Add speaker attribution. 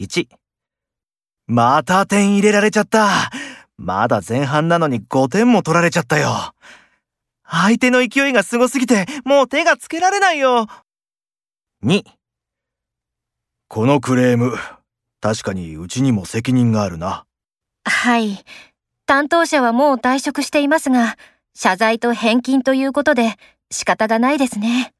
Speaker 1: 1また点入れられちゃった。まだ前半なのに5点も取られちゃったよ。相手の勢いがすごすぎてもう手がつけられないよ。2このクレーム、確かにうちにも責任があるな。
Speaker 2: はい。担当者はもう退職していますが、謝罪と返金ということで仕方がないですね。